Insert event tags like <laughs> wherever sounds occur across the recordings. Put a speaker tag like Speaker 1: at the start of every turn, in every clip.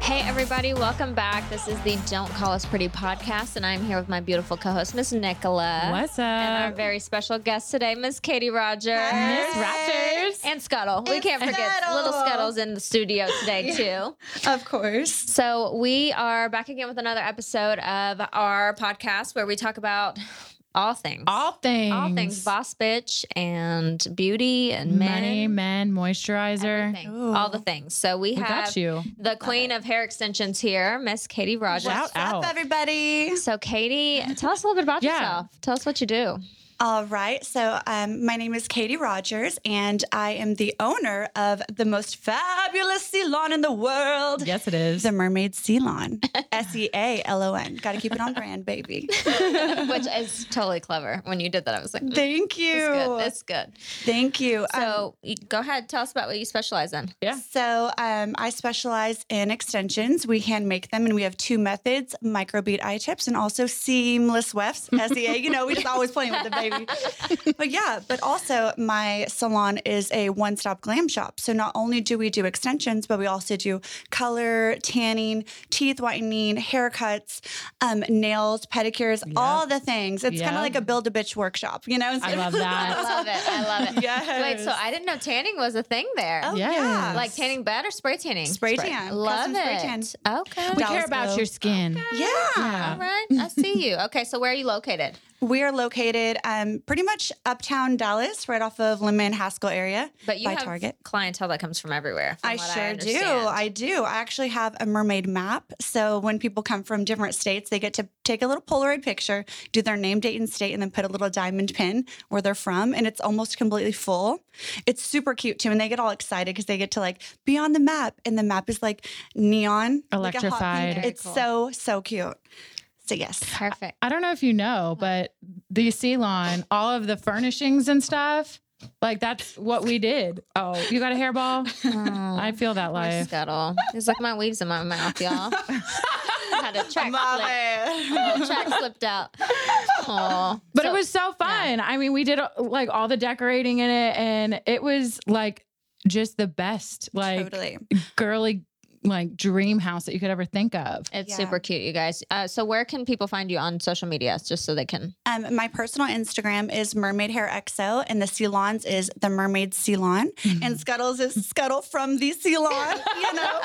Speaker 1: Hey, everybody, welcome back. This is the Don't Call Us Pretty podcast, and I'm here with my beautiful co host, Miss Nicola.
Speaker 2: What's
Speaker 1: And our
Speaker 2: up?
Speaker 1: very special guest today, Miss Katie Rogers.
Speaker 2: Miss Raptors.
Speaker 1: And Scuttle. We can't forget
Speaker 3: Scuttle.
Speaker 1: little Scuttle's in the studio today, too.
Speaker 3: Of course.
Speaker 1: So, we are back again with another episode of our podcast where we talk about all things.
Speaker 2: All things.
Speaker 1: All things boss bitch and beauty and
Speaker 2: Money,
Speaker 1: men.
Speaker 2: men, moisturizer.
Speaker 1: everything.
Speaker 3: Ooh.
Speaker 1: All the things. So, we,
Speaker 2: We
Speaker 1: have
Speaker 2: got you.
Speaker 1: the queen of hair extensions here, Miss Katie Rogers.
Speaker 2: Shout
Speaker 3: What's
Speaker 2: out.
Speaker 3: up, everybody?
Speaker 1: So, Katie, tell us a little bit about
Speaker 2: Yeah.
Speaker 1: yourself. Tell us what you
Speaker 3: <laughs>
Speaker 1: do.
Speaker 3: All right. So, um, my name is Katie Rogers, and I am the owner of the most fabulous salon in the world.
Speaker 2: Yes, it is.
Speaker 3: The Mermaid Salon, <laughs> S E A L O N. Got to keep it on
Speaker 1: <laughs>
Speaker 3: brand, baby.
Speaker 1: which is totally clever. When you did that, I was like, mm,
Speaker 3: Thank you.
Speaker 1: that's good. That's good.
Speaker 3: Thank you. Um,
Speaker 1: So you- go ahead, tell us about what you specialize in.
Speaker 2: yeah.
Speaker 3: so um, I specialize in extensions. We hand make them, and we have two methods: microbead eye tips and also seamless wefts.
Speaker 2: <laughs>
Speaker 3: SEA, you know, we just always playing with the baby. but yeah, but also my salon is a one-stop glam shop. So not only do we do extensions, but we also do color, tanning, teeth whitening, haircuts, um, nails, pedicures, all the things. It's kind
Speaker 2: Yep.
Speaker 3: of like a build a bitch workshop, you know?
Speaker 2: I love that.
Speaker 1: <laughs> I love it. I
Speaker 3: <laughs>
Speaker 1: love it.
Speaker 3: yes.
Speaker 1: Wait, so I didn't know tanning was a thing there.
Speaker 3: Oh,
Speaker 2: Yes.
Speaker 3: yeah.
Speaker 1: Like tanning bed or spray tanning?
Speaker 3: Spray tan.
Speaker 1: Love
Speaker 3: Custom spray
Speaker 1: it.
Speaker 3: tan.
Speaker 1: Okay.
Speaker 2: We
Speaker 3: That
Speaker 2: care
Speaker 3: was
Speaker 2: about
Speaker 3: dope.
Speaker 2: your skin.
Speaker 3: yeah.
Speaker 1: All right. I see you. Okay. So where are you located?
Speaker 3: We are located um, pretty much uptown Dallas, right off of Lindman Haskell area.
Speaker 1: But you
Speaker 3: by
Speaker 1: have
Speaker 3: Target.
Speaker 1: clientele that comes from everywhere. from
Speaker 3: I
Speaker 1: what
Speaker 3: sure do.
Speaker 1: understand.
Speaker 3: I do. I actually have a mermaid map. So when people come from different states, they get to take a little Polaroid picture, do their name, date, and state, and then put a little diamond pin where they're from. And it's almost completely full. It's super cute too. And they get all excited because they get to like be on the map. And the map is like neon, like a hot pink.
Speaker 2: Electrified.
Speaker 1: Very
Speaker 3: it's
Speaker 1: cool.
Speaker 3: so, so cute. So, yes. <laughs>
Speaker 1: Perfect.
Speaker 2: I don't know if you know, but the Ceylon, all of the furnishings and stuff, like that's what we did. Oh, you got a
Speaker 1: <laughs>
Speaker 2: hairball?
Speaker 1: Oh.
Speaker 2: I feel that
Speaker 1: Poor
Speaker 2: life.
Speaker 1: Scuttle. It's like my weave's in my mouth,
Speaker 3: <laughs>
Speaker 1: y'all. Had a track slip.
Speaker 3: Mama.
Speaker 1: Track slipped out. <laughs> Oh,
Speaker 2: But it was so fun. I mean, we did uh, like all the decorating in it, and it was like just the best, like
Speaker 3: totally.
Speaker 2: girly, like dream house that you could ever think of.
Speaker 1: It's
Speaker 3: Yeah.
Speaker 1: super cute, you guys. Uh, so where can people find you on social media, just so they can?
Speaker 3: Um, my personal Instagram is Mermaid Hair XO, and the Ceylon's is the Mermaid Ceylon,
Speaker 2: Mm-hmm.
Speaker 3: and Scuttles is Scuttle from
Speaker 2: <laughs>
Speaker 3: the Ceylon. You know,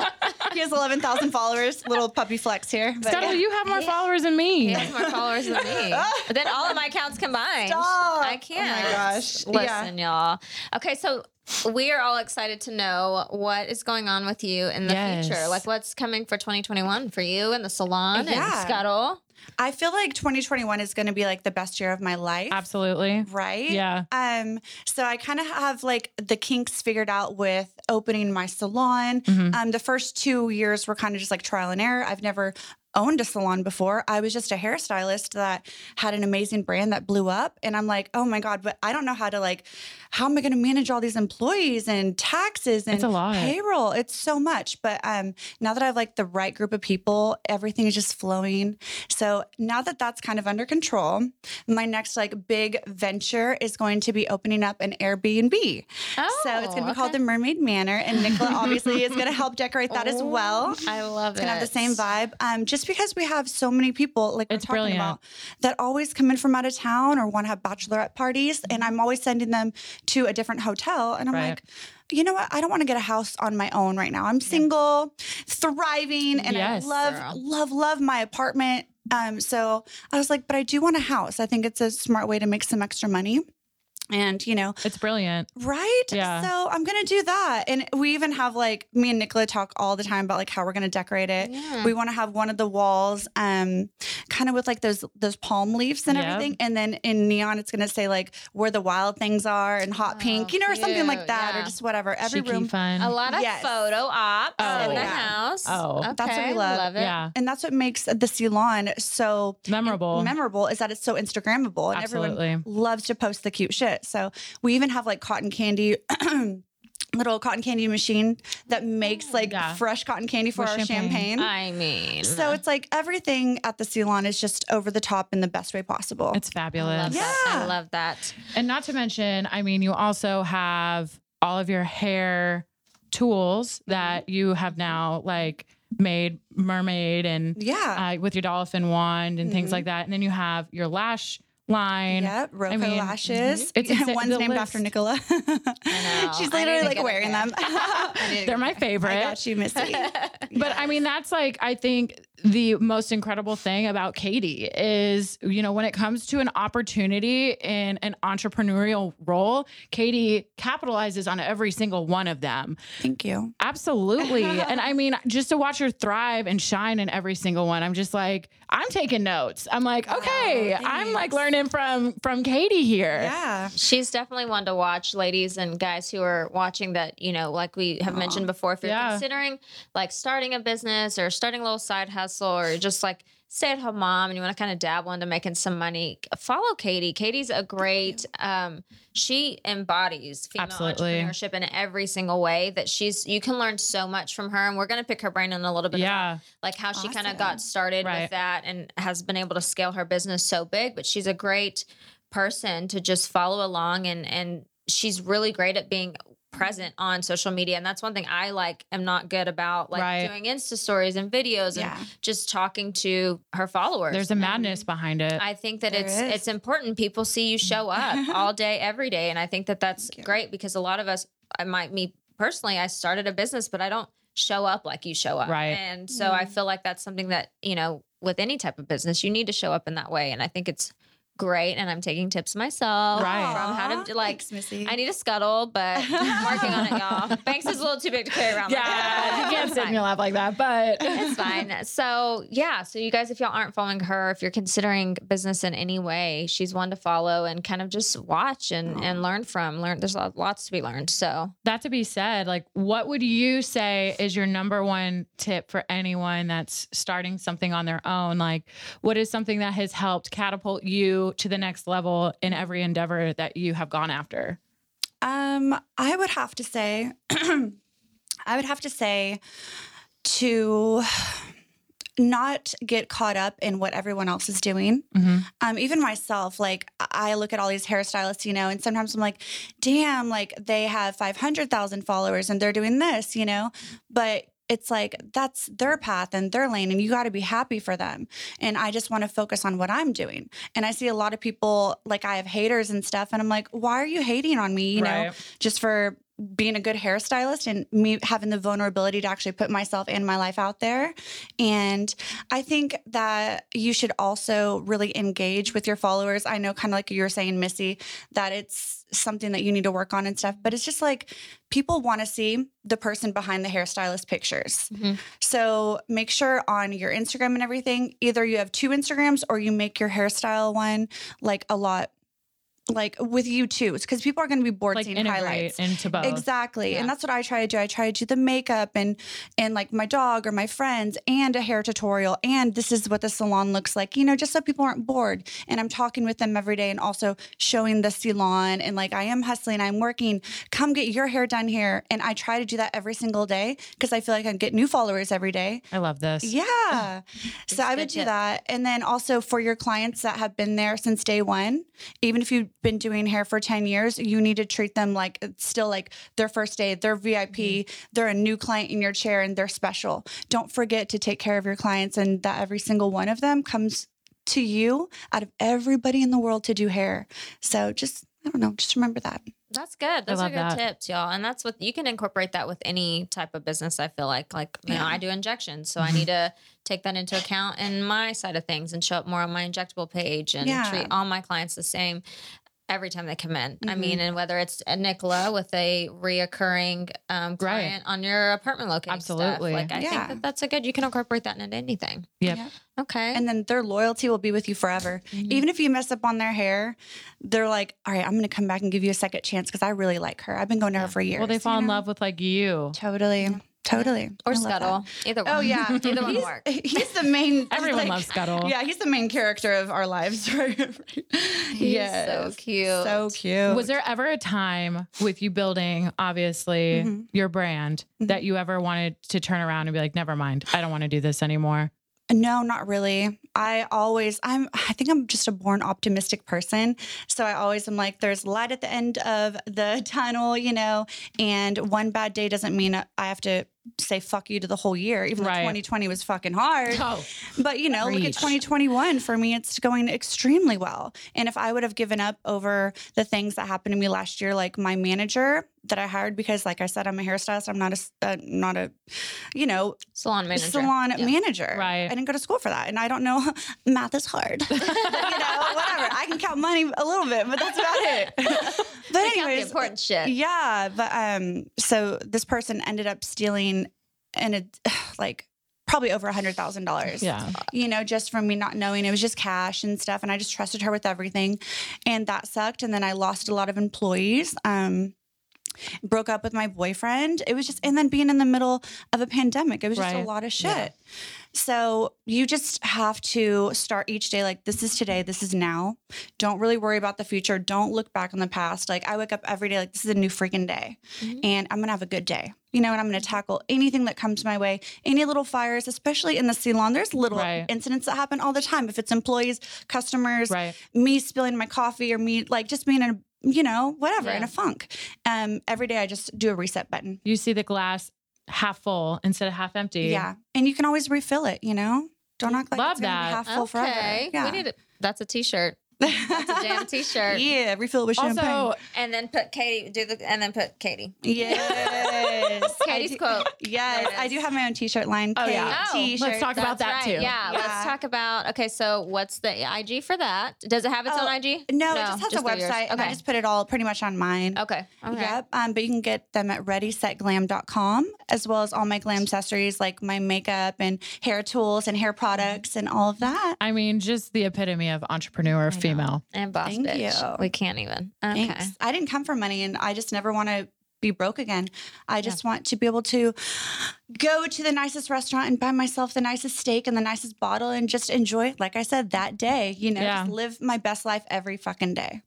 Speaker 3: he has eleven thousand followers. Little puppy flex here. but
Speaker 2: Scuttle,
Speaker 3: yeah.
Speaker 2: you have more followers than me.
Speaker 1: He has more followers than me. <laughs> Then all of my accounts combined.
Speaker 3: Stop.
Speaker 1: I can't.
Speaker 3: Oh my gosh. Yeah.
Speaker 1: Listen, y'all. Okay, so we are all excited to know what is going on with you in the
Speaker 2: Yes.
Speaker 1: future. Like what's coming for 2021 for you and the salon
Speaker 3: Yeah.
Speaker 1: and Scuttle.
Speaker 3: I feel like 2021 is going to be like the best year of my life.
Speaker 2: Absolutely.
Speaker 3: Right?
Speaker 2: Yeah.
Speaker 3: Um, so I kind of have like the kinks figured out with opening my salon.
Speaker 2: Mm-hmm.
Speaker 3: Um, the first two years were kind of just like trial and error. I've never owned a salon before. I was just a hairstylist that had an amazing brand that blew up. And I'm like, oh my God, but I don't know how to like, how am I going to manage all these employees and taxes and
Speaker 2: It's a lot.
Speaker 3: payroll? It's so much. But um, now that I've like the right group of people, everything is just flowing. So now that that's kind of under control, my next like big venture is going to be opening up an Airbnb.
Speaker 1: Oh,
Speaker 3: so it's going to be
Speaker 1: okay.
Speaker 3: called the Mermaid Manor,
Speaker 2: <laughs>
Speaker 3: and Nicola obviously is going to help decorate that as well.
Speaker 2: Oh,
Speaker 1: Ooh, I love
Speaker 3: It's
Speaker 1: it.
Speaker 3: gonna have the same vibe. Um, just because we have so many people, like
Speaker 2: It's
Speaker 3: we're talking
Speaker 2: brilliant.
Speaker 3: about, that always come in from out of town or want to have bachelorette parties, and I'm always sending them to a different hotel, and I'm
Speaker 2: Right.
Speaker 3: like. You know what? I don't want to get a house on my own right now. I'm single, thriving, and
Speaker 2: Yes,
Speaker 3: I love,
Speaker 1: girl.
Speaker 3: love, love my apartment. Um, so I was like, but I do want a house. I think it's a smart way to make some extra money. And, you know,
Speaker 2: It's brilliant.
Speaker 3: Right?
Speaker 2: Yeah.
Speaker 3: So I'm going to do that. And we even have like me and Nicola talk all the time about like how we're going to decorate it.
Speaker 1: Yeah.
Speaker 3: We want to have one of the walls um kind of with like those those palm leaves and
Speaker 2: Yep.
Speaker 3: everything and then in neon it's going to say like where the wild things are and hot
Speaker 1: Oh,
Speaker 3: pink, you know, or something like
Speaker 1: cute.
Speaker 3: that
Speaker 1: Yeah.
Speaker 3: or just whatever. Every
Speaker 2: Chic-y
Speaker 3: room
Speaker 2: fun.
Speaker 1: A lot of
Speaker 3: Yes.
Speaker 1: photo ops
Speaker 2: Oh,
Speaker 1: in the
Speaker 3: yeah.
Speaker 1: house.
Speaker 2: Oh.
Speaker 1: okay.
Speaker 3: That's what we love.
Speaker 1: it.
Speaker 2: yeah.
Speaker 3: and that's what makes the Ceylon so
Speaker 2: Memorable.
Speaker 3: memorable is that it's so Instagrammable and
Speaker 2: Absolutely.
Speaker 3: everyone loves to post the cute shit. So we even have like cotton candy. <clears throat> little cotton candy machine that
Speaker 1: Mm,
Speaker 3: makes like
Speaker 2: Yeah.
Speaker 3: fresh cotton candy for
Speaker 2: With
Speaker 3: our
Speaker 2: champagne.
Speaker 3: champagne.
Speaker 1: I mean,
Speaker 3: So it's like everything at the Ceylon is just over the top in the best way possible.
Speaker 2: It's
Speaker 1: I
Speaker 2: fabulous.
Speaker 1: love that. I
Speaker 3: Yeah.
Speaker 1: love that.
Speaker 2: And not to mention, I mean, you also
Speaker 3: Mm-hmm.
Speaker 2: have all of your hair tools that you have now like made mermaid and
Speaker 3: Yeah.
Speaker 2: uh, with your dolphin wand and things
Speaker 3: Mhm.
Speaker 2: like that. And then you have your lash line.
Speaker 3: Yep, Roco
Speaker 2: mean,
Speaker 3: lashes.
Speaker 1: mm-hmm.
Speaker 3: <laughs>
Speaker 2: it's a-
Speaker 3: One's
Speaker 2: the
Speaker 3: named after
Speaker 2: list.
Speaker 3: Nicola.
Speaker 1: know. I need
Speaker 3: <laughs> She's
Speaker 1: to
Speaker 3: literally
Speaker 1: get
Speaker 3: like
Speaker 1: up
Speaker 3: wearing
Speaker 1: there.
Speaker 3: them. <laughs>
Speaker 1: I need
Speaker 3: I
Speaker 1: to
Speaker 2: They're
Speaker 1: get
Speaker 2: my favorite.
Speaker 3: got
Speaker 1: <laughs>
Speaker 3: you, Missy.
Speaker 2: But I mean, that's like, I think the most incredible thing about Katie is, you know, when it comes to an opportunity in an entrepreneurial role, Katie capitalizes on every single one of them.
Speaker 3: Thank you.
Speaker 2: Absolutely. and I mean, just to watch her thrive and shine in every single one, I'm just like, I'm taking notes. I'm like,
Speaker 3: Oh,
Speaker 2: okay, I'm like
Speaker 3: thanks.
Speaker 2: learning from from Katie here.
Speaker 3: Yeah.
Speaker 1: She's definitely one to watch, ladies and guys who are watching that, you know, like we have
Speaker 3: Aw.
Speaker 1: mentioned before, if you're
Speaker 2: Yeah.
Speaker 1: considering like starting a business or starting a little side hustle or just like stay at home mom and you want to kind of dabble into making some money, follow Katie. Katie's a great, um, she embodies female
Speaker 2: Absolutely.
Speaker 1: entrepreneurship in every single way that she's, you can learn so much from her. And we're going to pick her brain in a little bit. about
Speaker 2: Yeah.
Speaker 1: like how she kind
Speaker 3: Awesome.
Speaker 1: of got started
Speaker 2: Right.
Speaker 1: with that and has been able to scale her business so big but she's a great person to just follow along and and she's really great at being present on social media and that's one thing i like am not good about like
Speaker 2: Right.
Speaker 1: doing insta stories and videos
Speaker 3: Yeah.
Speaker 1: and just talking to her followers
Speaker 2: There's a madness behind it.
Speaker 1: I think that
Speaker 3: There
Speaker 1: it's
Speaker 3: is.
Speaker 1: it's important people see you show
Speaker 3: <laughs>
Speaker 1: up all day every day and I think that that's
Speaker 3: Thank you.
Speaker 1: great because a lot of us I might me personally I started a business but I don't show up like you show up
Speaker 2: Right.
Speaker 1: and so I
Speaker 3: Mm.
Speaker 1: feel like that's something that you know with any type of business you need to show up in that way and I think it's great and I'm taking tips myself
Speaker 2: Right.
Speaker 1: from how
Speaker 3: Aw,
Speaker 1: to like
Speaker 3: thanks, Missy.
Speaker 1: I need a scuttle but I'm working on it
Speaker 3: <laughs>
Speaker 1: y'all Banks is a little too big to carry around like that, <laughs> but
Speaker 2: yeah. you can't
Speaker 1: it's
Speaker 2: sit in
Speaker 1: fine
Speaker 2: your lap like that, but
Speaker 1: it's fine. <laughs> So yeah, so you guys, if y'all aren't following her, if you're considering business in any way, she's one to follow and kind of just watch and and learn from. Learn there's lo- lots to be learned. So
Speaker 2: that to be said, like what would you say is your number one tip for anyone that's starting something on their own? Like what is something that has helped catapult you to the next level in every endeavor that you have gone after?
Speaker 3: Um, I would have to say, <clears throat> I would have to say to not get caught up in what everyone else is doing. Um, even myself, like I I look at all these hairstylists, you know, and sometimes I'm like, damn, like they have 500,000 followers and they're doing this, you know, but it's like that's their path and their lane and you got to be happy for them. And I just want to focus on what I'm doing. And I see a lot of people like I have haters and stuff and I'm like, why are you hating on me, you know? just for being a good hairstylist and me having the vulnerability to actually put myself and my life out there. And I think that you should also really engage with your followers. I know, kind of like you were saying, Missy, that it's something that you need to work on and stuff, but it's just like people want to see the person behind the hairstylist pictures.
Speaker 1: Mhm.
Speaker 3: So make sure on your Instagram and everything, either you have two Instagrams or you make your hairstyle one like a lot. Like with you too, it's because people are going to be bored
Speaker 2: Like
Speaker 3: seeing highlights.
Speaker 2: integrate into both.
Speaker 3: Exactly.
Speaker 1: Yeah.
Speaker 3: And that's what I try to do. I try to do the makeup and and like my dog or my friends and a hair tutorial and this is what the salon looks like, you know, just so people aren't bored. And I'm talking with them every day and also showing the salon and like I am hustling, I'm working. Come get your hair done here. And I try to do that every single day because I feel like I get new followers every day.
Speaker 2: I love this.
Speaker 3: Yeah.
Speaker 1: It's
Speaker 3: so I
Speaker 1: good
Speaker 3: would do
Speaker 1: tips.
Speaker 3: that. And then also for your clients that have been there since day one, even if you've been doing hair for 10 years, you need to treat them like it's still like their first day, they're VIP, they're a new client in your chair and they're special. Don't forget to take care of your clients and that every single one of them comes to you out of everybody in the world to do hair. So just, I don't know, just remember that.
Speaker 1: that's good. Those are
Speaker 2: love
Speaker 1: good
Speaker 2: that.
Speaker 1: tips, y'all. And that's what you can incorporate that with any type of business. I feel like like you know
Speaker 3: Yeah. Mm-hmm.
Speaker 1: I do injections, so I need to take that into account in my side of things and show up more on my injectable page and
Speaker 3: Yeah.
Speaker 1: treat all my clients the same. every time they come in. I
Speaker 3: Mhm.
Speaker 1: mean, and whether it's a Nicola with a reoccurring um,
Speaker 2: Right.
Speaker 1: client on your apartment location,
Speaker 2: Absolutely.
Speaker 1: Like I
Speaker 3: Yeah.
Speaker 1: think that that's a good. You can incorporate that into anything.
Speaker 2: Yep.
Speaker 3: Yeah.
Speaker 1: Okay. Mm-hmm.
Speaker 3: And then their loyalty will be with you forever.
Speaker 2: Mm.
Speaker 3: Even if you mess up on their hair, they're like, all right, I'm going to come back and give you a second chance because I really like her. I've been going to her for years.
Speaker 2: Well, they
Speaker 3: you
Speaker 2: fall in
Speaker 3: know?
Speaker 2: love with like you.
Speaker 3: Totally. Totally.
Speaker 1: or
Speaker 3: I love that.
Speaker 1: Scuttle. Either one.
Speaker 3: Oh, yeah.
Speaker 1: <laughs> Either one
Speaker 3: he's,
Speaker 1: works.
Speaker 3: <laughs> He's the main.
Speaker 2: Everyone
Speaker 3: like-
Speaker 2: loves Scuttle.
Speaker 3: Yeah, he's the main character of our lives. <laughs>
Speaker 1: He's so
Speaker 3: yes.
Speaker 1: cute.
Speaker 3: So cute.
Speaker 2: Was there ever a time with you building, obviously,
Speaker 3: Mhm.
Speaker 2: your brand that you ever wanted to turn around and be like, never mind, I don't want to do this anymore?
Speaker 3: No, not really. I always I'm I think I'm just a born optimistic person. So I always am like there's light at the end of the <laughs> tunnel, you know, and one bad day doesn't mean I have to say fuck you to the whole year even
Speaker 2: Right.
Speaker 3: though 2020 was fucking hard.
Speaker 2: <laughs> Oh,
Speaker 3: But you know, look at
Speaker 2: Preach.
Speaker 3: 2021. For me, it's going extremely well. And if I would have given up over the things that happened to me last year, like my manager that I hired, because like I said, I'm a hairstylist. I'm not a s- uh, not a, you know,
Speaker 1: salon manager.
Speaker 3: salon
Speaker 1: Yeah.
Speaker 3: manager.
Speaker 2: Right.
Speaker 3: I didn't go to school for that, and I don't know. <laughs> Math is hard. <laughs> you know, whatever. I can count money a little bit, but that's about
Speaker 2: <laughs>
Speaker 3: it. but
Speaker 1: Pick out the
Speaker 3: anyways,
Speaker 1: important shit.
Speaker 3: yeah, but um, so this person ended up stealing, and it <sighs> like probably over a hundred thousand dollars
Speaker 2: yeah.
Speaker 3: you know, just from me not knowing. It was just cash and stuff. And I just trusted her with everything. And that sucked. And then I lost a lot of employees. Um, broke up with my boyfriend. It was just, and then being in the middle of a pandemic, it was just
Speaker 2: Right.
Speaker 3: a lot of shit.
Speaker 2: Yeah.
Speaker 3: So you just have to start each day like, this is today, this is now. Don't really worry about the future. Don't look back on the past. Like, I wake up every day like, this is a new freaking day.
Speaker 1: Mhm.
Speaker 3: And I'm going to have a good day. You know, and I'm going to
Speaker 1: Mm-hmm.
Speaker 3: tackle anything that comes my way, any little fires, especially in the salon. There's little
Speaker 2: Right.
Speaker 3: incidents that happen all the time. If it's employees, customers,
Speaker 2: Right.
Speaker 3: me spilling my coffee or me like just being in a you know whatever in
Speaker 1: Yeah.
Speaker 3: a funk. Um, every day I just do a reset button.
Speaker 2: You see the glass half full instead of half empty.
Speaker 3: Yeah, and you can always refill it. You know, don't act like
Speaker 2: Love
Speaker 3: it's gonna be
Speaker 2: that.
Speaker 3: half full
Speaker 1: okay.
Speaker 3: forever. Yeah.
Speaker 1: We need it. That's a t-shirt. That's a
Speaker 3: <laughs>
Speaker 1: damn t-shirt.
Speaker 3: Yeah, refill it with champagne.
Speaker 2: Also,
Speaker 1: And then put Katie. Do the and then put Katie.
Speaker 3: Yes. I
Speaker 1: Katie's
Speaker 3: do-
Speaker 1: quote.
Speaker 3: Yes, I do have my own T-shirt line.
Speaker 2: Oh, yeah.
Speaker 1: Oh,
Speaker 3: Kate
Speaker 2: let's
Speaker 3: T-shirt.
Speaker 2: talk about that
Speaker 1: That's right.
Speaker 2: too.
Speaker 1: Yeah,
Speaker 3: Yeah.
Speaker 1: Let's talk about. Okay. So what's the IG for that? Does it have its
Speaker 3: Oh,
Speaker 1: own IG?
Speaker 3: No, it just has a
Speaker 1: the yours.
Speaker 3: website, and I
Speaker 1: Okay.
Speaker 3: just put it all pretty much on mine.
Speaker 1: okay. Okay.
Speaker 3: Yep. Um, but you can get them at readysetglam.com as well as all my glam accessories like my makeup and hair tools and hair products and all of that.
Speaker 2: I mean, just the epitome of entrepreneur female.
Speaker 1: And boss
Speaker 3: Thank
Speaker 1: bitch.
Speaker 3: you.
Speaker 1: We can't even. Okay.
Speaker 3: Thanks. I didn't come for money and I just never want to be broke again. I just want to be able to go to the nicest restaurant and buy myself the nicest steak and the nicest bottle and just enjoy, like I said, that day, you know,
Speaker 2: Yeah.
Speaker 3: just live my best life every fucking day.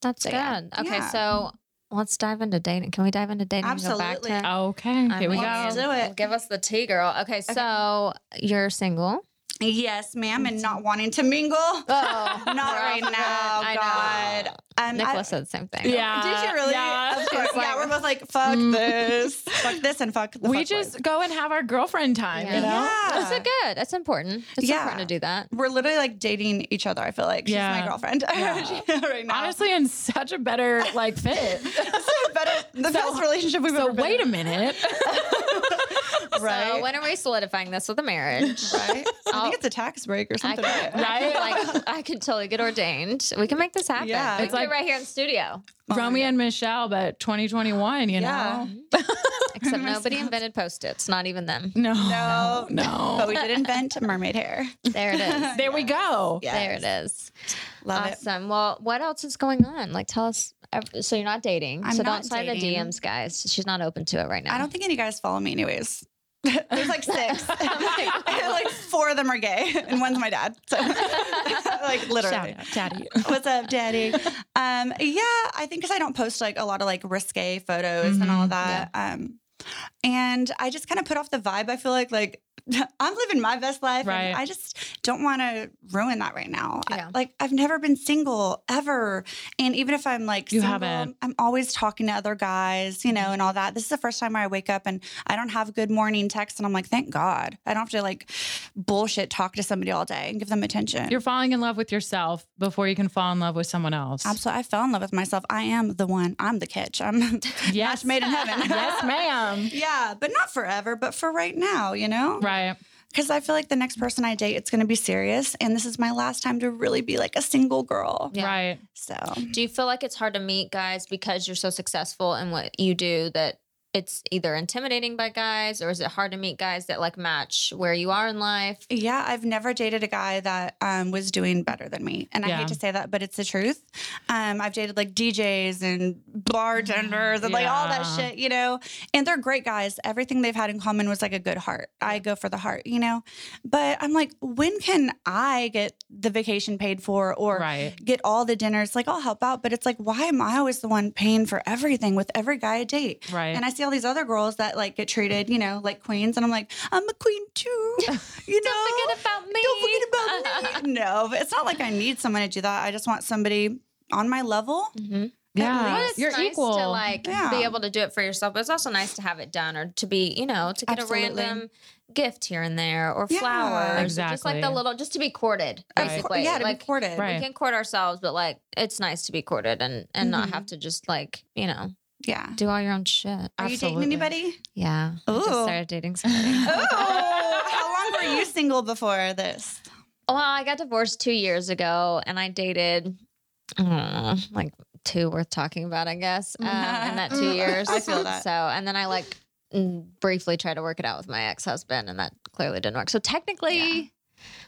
Speaker 1: That's
Speaker 3: So,
Speaker 1: good.
Speaker 3: yeah.
Speaker 1: Okay.
Speaker 3: Yeah.
Speaker 1: So let's dive into dating. Can we dive into dating? And go
Speaker 3: Absolutely.
Speaker 1: back to-
Speaker 2: Okay.
Speaker 1: I'm
Speaker 2: Here Um, we
Speaker 1: in.
Speaker 2: go.
Speaker 3: Let's do it.
Speaker 1: Give us the tea, girl. Okay. So you're single.
Speaker 3: Yes, ma'am, and not wanting to mingle.
Speaker 1: Oh, <laughs>
Speaker 3: Not right now. God. Um, I-
Speaker 1: Nicola said the same thing.
Speaker 2: Yeah.
Speaker 3: Did you really?
Speaker 2: yeah.
Speaker 3: Of course.
Speaker 1: She's
Speaker 3: yeah,
Speaker 1: like-
Speaker 3: we're both like, fuck
Speaker 2: Mm.
Speaker 3: this, fuck this, and fuck. The
Speaker 2: we
Speaker 3: fuck
Speaker 2: just
Speaker 3: boys.
Speaker 2: go and have our girlfriend time.
Speaker 1: Yeah.
Speaker 2: You know?
Speaker 3: Yeah.
Speaker 1: That's so good. That's important. It's
Speaker 3: Yeah.
Speaker 1: important to do that.
Speaker 3: we're literally like dating each other. I feel like she's
Speaker 2: Yeah.
Speaker 3: my girlfriend <laughs>
Speaker 2: Yeah.
Speaker 3: right now.
Speaker 2: Honestly, in such a better
Speaker 3: <laughs>
Speaker 2: like fit.
Speaker 3: This is better, the best relationship we've
Speaker 2: so
Speaker 3: ever been.
Speaker 2: wait a minute.
Speaker 3: in, right?
Speaker 1: So when are we solidifying this with a
Speaker 3: <laughs>
Speaker 1: marriage?
Speaker 3: right? I
Speaker 1: I'll-
Speaker 3: think it's a tax break or
Speaker 1: I
Speaker 3: something.
Speaker 1: could,
Speaker 2: Right?
Speaker 1: like I could totally get ordained. We can make this happen.
Speaker 3: Yeah.
Speaker 1: we
Speaker 3: It's
Speaker 1: can do
Speaker 2: like-
Speaker 1: it right here in the
Speaker 3: <laughs>
Speaker 1: studio.
Speaker 3: Oh my
Speaker 2: Romeo and Michelle, but 2021. You
Speaker 3: Yeah.
Speaker 2: know.
Speaker 1: Except nobody invented post-its, not even them.
Speaker 2: No.
Speaker 3: No. <laughs> Oh,
Speaker 2: No.
Speaker 3: But we did invent mermaid hair.
Speaker 1: There it is.
Speaker 2: there we go.
Speaker 3: Yeah.
Speaker 1: There it is.
Speaker 3: Love it.
Speaker 1: awesome. Well, what else is going on? Like, tell us. ev- So you're not dating.
Speaker 3: I'm
Speaker 1: so
Speaker 3: not
Speaker 1: don't slide the
Speaker 3: dating.
Speaker 1: DMs, guys. She's not open to it right now.
Speaker 3: I don't think any guys follow me, anyways. There's like six. <laughs> like four of them are gay, and one's my dad. So, <laughs> like literally.
Speaker 2: Shout out, Daddy.
Speaker 3: <laughs> What's up, Daddy? um, yeah, I think because I don't post like a lot of like risque photos and all
Speaker 2: Mhm,
Speaker 3: that. Um, and I just kind of put off the vibe. I feel like like <laughs> I'm living my best life,
Speaker 2: Right.
Speaker 3: and I just don't want to ruin that right now. I-
Speaker 1: Yeah.
Speaker 3: like I've never been single ever, and even if I'm like
Speaker 2: You
Speaker 3: single,
Speaker 2: haven't. Mm-hmm.
Speaker 3: I'm always talking to other guys, you know, and all that. This is the first time where I wake up and I don't have good morning text, and I'm like, thank God, I don't have to like bullshit talk to somebody all day and give them attention.
Speaker 2: You're falling in love with yourself before you can fall in love with someone else.
Speaker 3: Absolutely. I fell in love with myself. I am the one. I'm the catch. I'm <laughs>
Speaker 2: Yes.
Speaker 3: match made in
Speaker 2: <laughs>
Speaker 3: heaven.
Speaker 2: yes,
Speaker 3: <laughs>
Speaker 2: ma'am.
Speaker 3: Yeah, but not forever, but for right now, you know?
Speaker 2: Right.
Speaker 3: Because I feel like the next person I date, it's going to be serious. And this is my last time to really be like a single girl.
Speaker 1: Yeah.
Speaker 2: Right.
Speaker 3: So,
Speaker 1: Do you feel like it's hard to meet guys because you're so successful in what you do that it's either intimidating by guys or is it hard to meet guys that like match where you are in life?
Speaker 3: yeah, I've never dated a guy that um, was doing better than me. And I
Speaker 2: Yeah.
Speaker 3: hate to say that, but it's the truth. Um, I've dated like DJs and bartenders and like all that
Speaker 2: Yeah.
Speaker 3: shit, you know? And they're great guys. Everything they've had in common was like a good heart. I go for the heart, you know? But I'm like, when can I get the vacation paid for or
Speaker 2: Right.
Speaker 3: get all the dinners. Like I'll help out, but it's like, why am I always the one paying for everything with every guy I date?
Speaker 2: Right.
Speaker 3: And I see all these other girls that like get treated,
Speaker 1: <laughs>
Speaker 3: you know, like queens, and I'm like, I'm a queen too. You know,
Speaker 1: Forget about me.
Speaker 3: don't forget about me. know, but it's not like I need someone to do that. I just want somebody on my level.
Speaker 1: <laughs> Mm-hmm.
Speaker 2: Yeah.
Speaker 1: Well, it's
Speaker 2: You're
Speaker 1: nice
Speaker 2: equal.
Speaker 1: to <laughs> like
Speaker 3: Yeah.
Speaker 1: be able to do it for yourself, but it's also nice to have it done or to be, you know, to get
Speaker 3: Absolutely.
Speaker 1: a random gift here and there or
Speaker 3: Yeah.
Speaker 1: flowers, or just like the
Speaker 2: Exactly.
Speaker 1: little, just to be courted,
Speaker 2: Right.
Speaker 1: basically.
Speaker 3: Yeah, to
Speaker 1: like
Speaker 3: be courted.
Speaker 2: Right.
Speaker 1: we can court ourselves, but like it's nice to be courted and and not
Speaker 3: Mhm.
Speaker 1: have to just like you know
Speaker 3: Yeah.
Speaker 1: do all your own shit.
Speaker 3: Are you dating
Speaker 1: <laughs>
Speaker 2: Absolutely.
Speaker 3: anybody?
Speaker 1: Yeah, I just
Speaker 3: Ooh.
Speaker 1: started dating somebody.
Speaker 3: Oh, how long were you single before this?
Speaker 1: <laughs> Well, I got divorced two years ago, and I dated I don't know, like two worth talking about, I
Speaker 3: <laughs>
Speaker 1: guess, um, in that two
Speaker 3: Mm,
Speaker 1: years.
Speaker 3: I feel that.
Speaker 1: So, and then I like mm, briefly tried to work it out with my ex husband, and that clearly didn't work. So technically,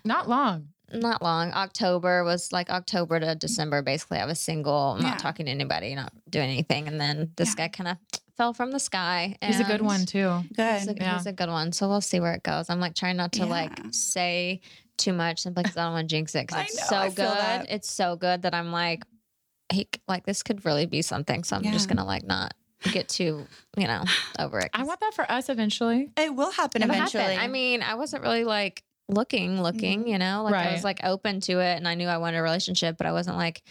Speaker 2: Not long.
Speaker 1: not long. October was like October to December. Basically, I was single, not
Speaker 3: Yeah.
Speaker 1: talking to anybody, not doing anything, and then this guy kind of fell from the sky.
Speaker 2: He's a good
Speaker 1: and-
Speaker 2: one too.
Speaker 3: Good.
Speaker 1: He's a,
Speaker 2: Yeah.
Speaker 1: he's a good one. So we'll see where it goes. I'm like trying not to like
Speaker 3: Yeah.
Speaker 1: say too much and like 'cause I don't want to jinx it
Speaker 3: I
Speaker 1: because it's
Speaker 3: know, I
Speaker 1: so
Speaker 3: feel that.
Speaker 1: good. It's so good that I'm like, he c- like this could really be something. So I'm just
Speaker 3: Yeah.
Speaker 1: gonna like not get too you know over
Speaker 3: <sighs>
Speaker 1: it.
Speaker 2: I
Speaker 1: 'cause
Speaker 2: want that for us eventually.
Speaker 3: It will happen
Speaker 1: it'll happen.
Speaker 3: eventually. Mm-hmm.
Speaker 1: I mean, I wasn't really like looking, looking. You know, like I
Speaker 2: Right.
Speaker 1: was like open to it, and I knew I wanted a relationship, but I wasn't like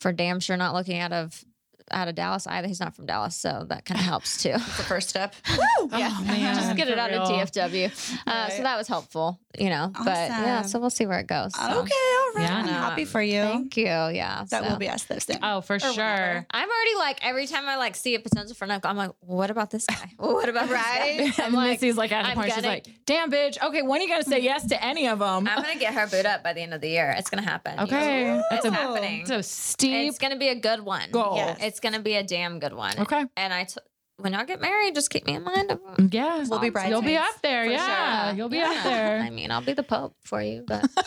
Speaker 1: for damn sure not looking out of out of Dallas either. He's not from Dallas, so that kind of helps too.
Speaker 3: the first step.
Speaker 1: <laughs>
Speaker 2: Yeah. Oh, man.
Speaker 1: just get
Speaker 2: for
Speaker 1: it out
Speaker 2: real.
Speaker 1: of TFW. Uh, So
Speaker 3: Right.
Speaker 1: that was helpful, you know. But yeah,
Speaker 3: Awesome.
Speaker 1: so we'll see where it goes.
Speaker 3: Okay,
Speaker 1: so.
Speaker 3: all right.
Speaker 2: Yeah,
Speaker 3: I'm
Speaker 2: no,
Speaker 3: happy for you.
Speaker 1: Thank you. Yeah.
Speaker 3: that
Speaker 1: so.
Speaker 3: will be us
Speaker 1: <laughs>
Speaker 3: though soon.
Speaker 2: Oh, for sure.
Speaker 3: whatever.
Speaker 1: I'm already like every time I like see a potential for an I'm like, well, what about this guy? <laughs> Well, what about
Speaker 3: Right?
Speaker 1: this guy? <laughs> I'm
Speaker 2: And
Speaker 1: like,
Speaker 2: Missy's like at the
Speaker 1: I'm
Speaker 2: point, she's
Speaker 1: gonna-
Speaker 2: like, damn bitch. Okay, when are you gonna say yes to any of them?
Speaker 1: I'm gonna get her boot up by the end of the year. It's gonna happen. You
Speaker 2: Okay.
Speaker 1: guys-
Speaker 2: That's
Speaker 1: it's
Speaker 2: a-
Speaker 1: happening.
Speaker 2: so steep
Speaker 1: It's gonna be a good one.
Speaker 2: goal.
Speaker 3: Yes.
Speaker 1: It's gonna be a damn good one.
Speaker 2: Okay. Mm,
Speaker 1: And I, t- when y'all get married, just keep me in mind.
Speaker 2: Yeah.
Speaker 3: We'll be
Speaker 1: Awesome.
Speaker 3: bridesmaids.
Speaker 2: You'll be up there.
Speaker 3: For
Speaker 2: yeah.
Speaker 3: sure.
Speaker 2: You'll be
Speaker 1: Yeah.
Speaker 2: up there.
Speaker 1: I mean, I'll be the pope for you, but.
Speaker 3: I'll be the